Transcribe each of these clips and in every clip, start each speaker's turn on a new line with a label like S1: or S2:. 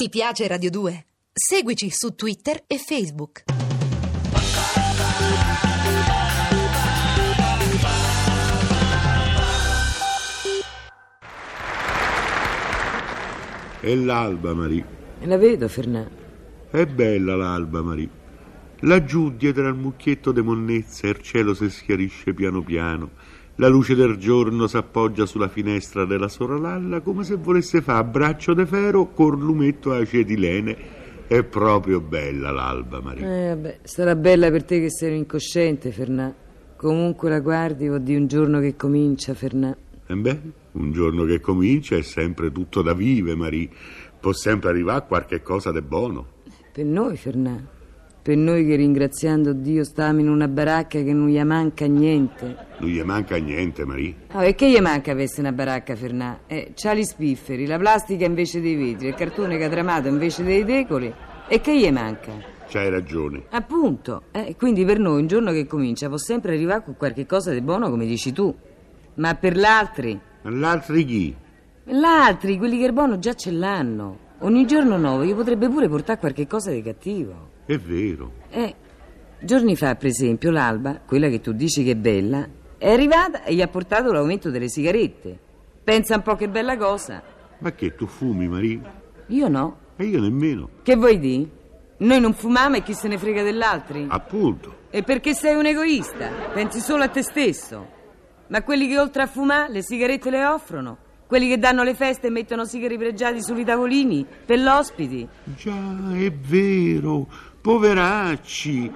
S1: Ti piace Radio 2? Seguici su Twitter e Facebook.
S2: È l'alba, Marie.
S3: La vedo, Fernà.
S2: È bella l'alba, Marie. Laggiù, dietro al mucchietto de monnezza, il cielo si schiarisce piano piano. La luce del giorno s'appoggia sulla finestra della soralalla come se volesse fare braccio de ferro col lumetto a acetilene. È proprio bella l'alba, Marie.
S3: Eh, vabbè, sarà bella per te che sei un incosciente, Fernà. Comunque la guardi, vuol dire un giorno che comincia, Fernà.
S2: E Eh beh, un giorno che comincia è sempre tutto da vive, Marie. Può sempre arrivare qualche cosa de buono.
S3: Per noi, Fernà. Per noi che ringraziando Dio stiamo in una baracca che non gli manca niente.
S2: Non gli manca niente, Marie.
S3: Ah, e che gli manca avesse una baracca, Fernà? Eh, c'ha gli spifferi, la plastica invece dei vetri, il cartone catramato invece dei decoli. E che gli manca?
S2: C'hai ragione.
S3: Appunto, eh, quindi per noi un giorno che comincia può sempre arrivare con qualche cosa di buono come dici tu, ma per l'altri,
S2: Ma L'altri chi?
S3: l'altri, quelli che il buono già ce l'hanno, ogni giorno nuovo gli potrebbe pure portare qualche cosa di cattivo.
S2: È vero.
S3: Eh, giorni fa per esempio l'alba, quella che tu dici che è bella, è arrivata e gli ha portato l'aumento delle sigarette. Pensa un po' che bella cosa.
S2: Ma che tu fumi, Marie?
S3: Io no.
S2: E io nemmeno.
S3: Che vuoi di? Noi non fumiamo e chi se ne frega dell'altri?
S2: Appunto.
S3: E perché sei un egoista, pensi solo a te stesso. Ma quelli che oltre a fumare le sigarette le offrono, quelli che danno le feste e mettono sigari pregiati sui tavolini per l'ospiti.
S2: Già, è vero. Poveracci.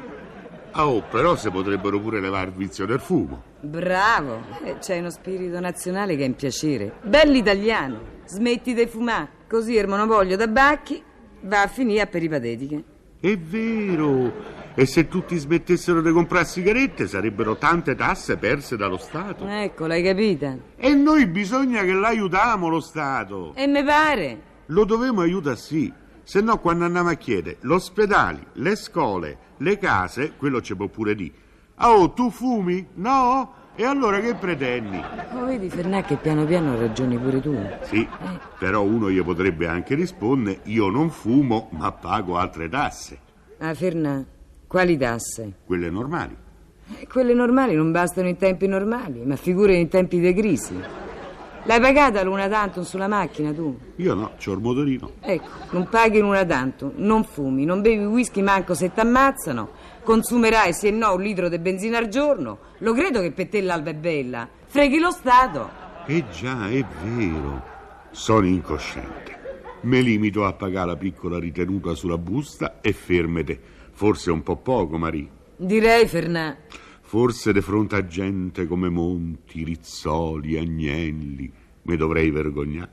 S2: Ah, Oh, però se potrebbero pure levare il vizio del fumo.
S3: Bravo, eh, c'è uno spirito nazionale che è in piacere. Bell'italiano, smetti di fumare, così il monopolio tabacchi va a finire a peripatetiche.
S2: È vero. E se tutti smettessero di comprare sigarette sarebbero tante tasse perse dallo Stato.
S3: Ecco, l'hai capita?
S2: E noi bisogna che l'aiutiamo lo Stato.
S3: E me pare.
S2: Lo dovremmo aiutare sì. Se no, quando andiamo a chiedere gli ospedali, le scuole, le case, quello ci può pure dire. Ah, Oh, tu fumi? No? E allora che pretendi?
S3: Oh, vedi Fernà che piano piano ragioni pure tu.
S2: Sì, però uno gli potrebbe anche rispondere: Io non fumo, ma pago altre tasse,
S3: Ah, Fernà, quali tasse?
S2: quelle normali.
S3: Eh, Quelle normali non bastano in tempi normali, ma figure in tempi di crisi. L'hai pagata l'una tantum sulla macchina tu?
S2: Io no, c'ho il motorino.
S3: Ecco, non paghi l'una tantum, non fumi, non bevi whisky manco se t'ammazzano, consumerai se no un litro di benzina al giorno. Lo credo che per te l'alba è bella. Freghi lo Stato.
S2: E già, è vero. Sono incosciente. Me limito a pagare la piccola ritenuta sulla busta e fermete. Forse un po' poco, Marie.
S3: Direi, Fernà.
S2: Forse di fronte a gente come Monti, Rizzoli, Agnelli, mi dovrei vergognare.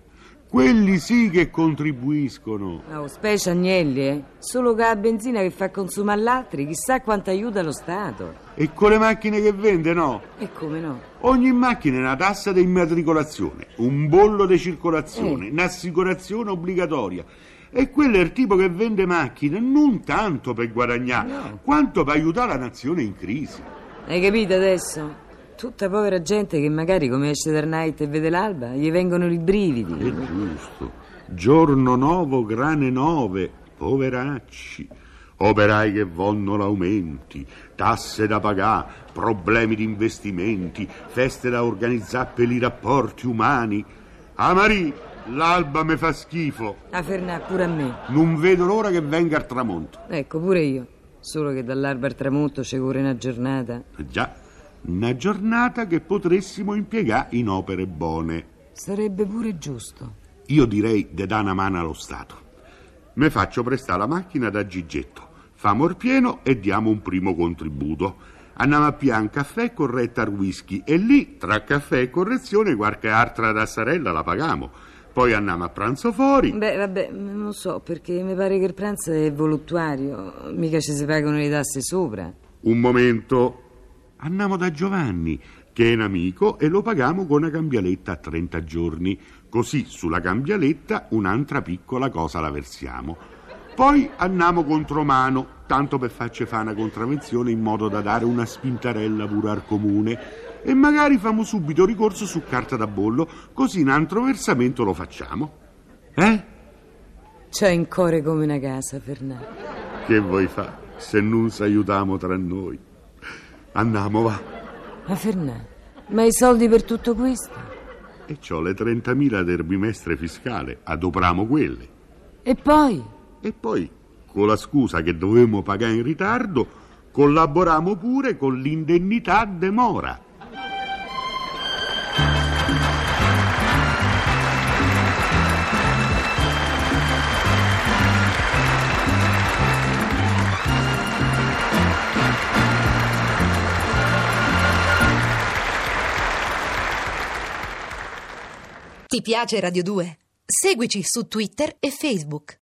S2: Quelli sì che contribuiscono.
S3: Oh, specie Agnelli, eh? Solo che la benzina che fa consumare l'altri, chissà quanto aiuta lo Stato.
S2: E con le macchine che vende, no?
S3: E come no?
S2: Ogni macchina è una tassa di immatricolazione, un bollo di circolazione, un'assicurazione obbligatoria. E quello è il tipo che vende macchine non tanto per guadagnare, quanto per aiutare la nazione in crisi.
S3: Hai capito adesso? Tutta povera gente che magari come esce dal night e vede l'alba, gli vengono i brividi.
S2: È giusto. Giorno nuovo, grane nove, poveracci. Operai che vonno l'aumenti, tasse da pagare, problemi di investimenti, feste da organizzare per i rapporti umani. Ah Marie, l'alba mi fa schifo.
S3: A Fernà Ah, pure a me.
S2: Non vedo l'ora che venga al tramonto.
S3: Ecco, pure io. Solo che dall'alba al tramonto c'è pure una giornata.
S2: Eh Già, una giornata che potressimo impiegare in opere buone.
S3: Sarebbe pure giusto.
S2: Io direi de dà una mano allo Stato. Me faccio prestare la macchina da Gigetto. Famo il pieno e diamo un primo contributo. Andiamo a pian caffè corretta al whisky e lì, tra caffè e correzione, qualche altra tassarella la pagamo. Poi andiamo a pranzo fuori.
S3: Beh, vabbè, non lo so, perché mi pare che il pranzo è voluttuario. Mica ci si pagano le tasse sopra.
S2: Un momento. Andiamo da Giovanni, che è un amico, e lo pagamo con una cambialetta a 30 giorni. Così sulla cambialetta un'altra piccola cosa la versiamo. Poi andiamo contro mano, tanto per farci fare una contravenzione in modo da dare una spintarella pure al comune. E magari famo subito ricorso su carta da bollo, così un altro versamento lo facciamo. Eh?
S3: C'è in core come una casa, Fernando.
S2: Che vuoi fa se non s'aiutiamo tra noi? Andiamo, va.
S3: Ma Fernando, ma i soldi per tutto questo?
S2: E c'ho le 30.000 del bimestre fiscale, adopramo quelle.
S3: E poi?
S2: E poi, con la scusa che dovevamo pagare in ritardo, collaboriamo pure con l'indennità demora.
S1: Ti piace Radio 2? Seguici su Twitter e Facebook.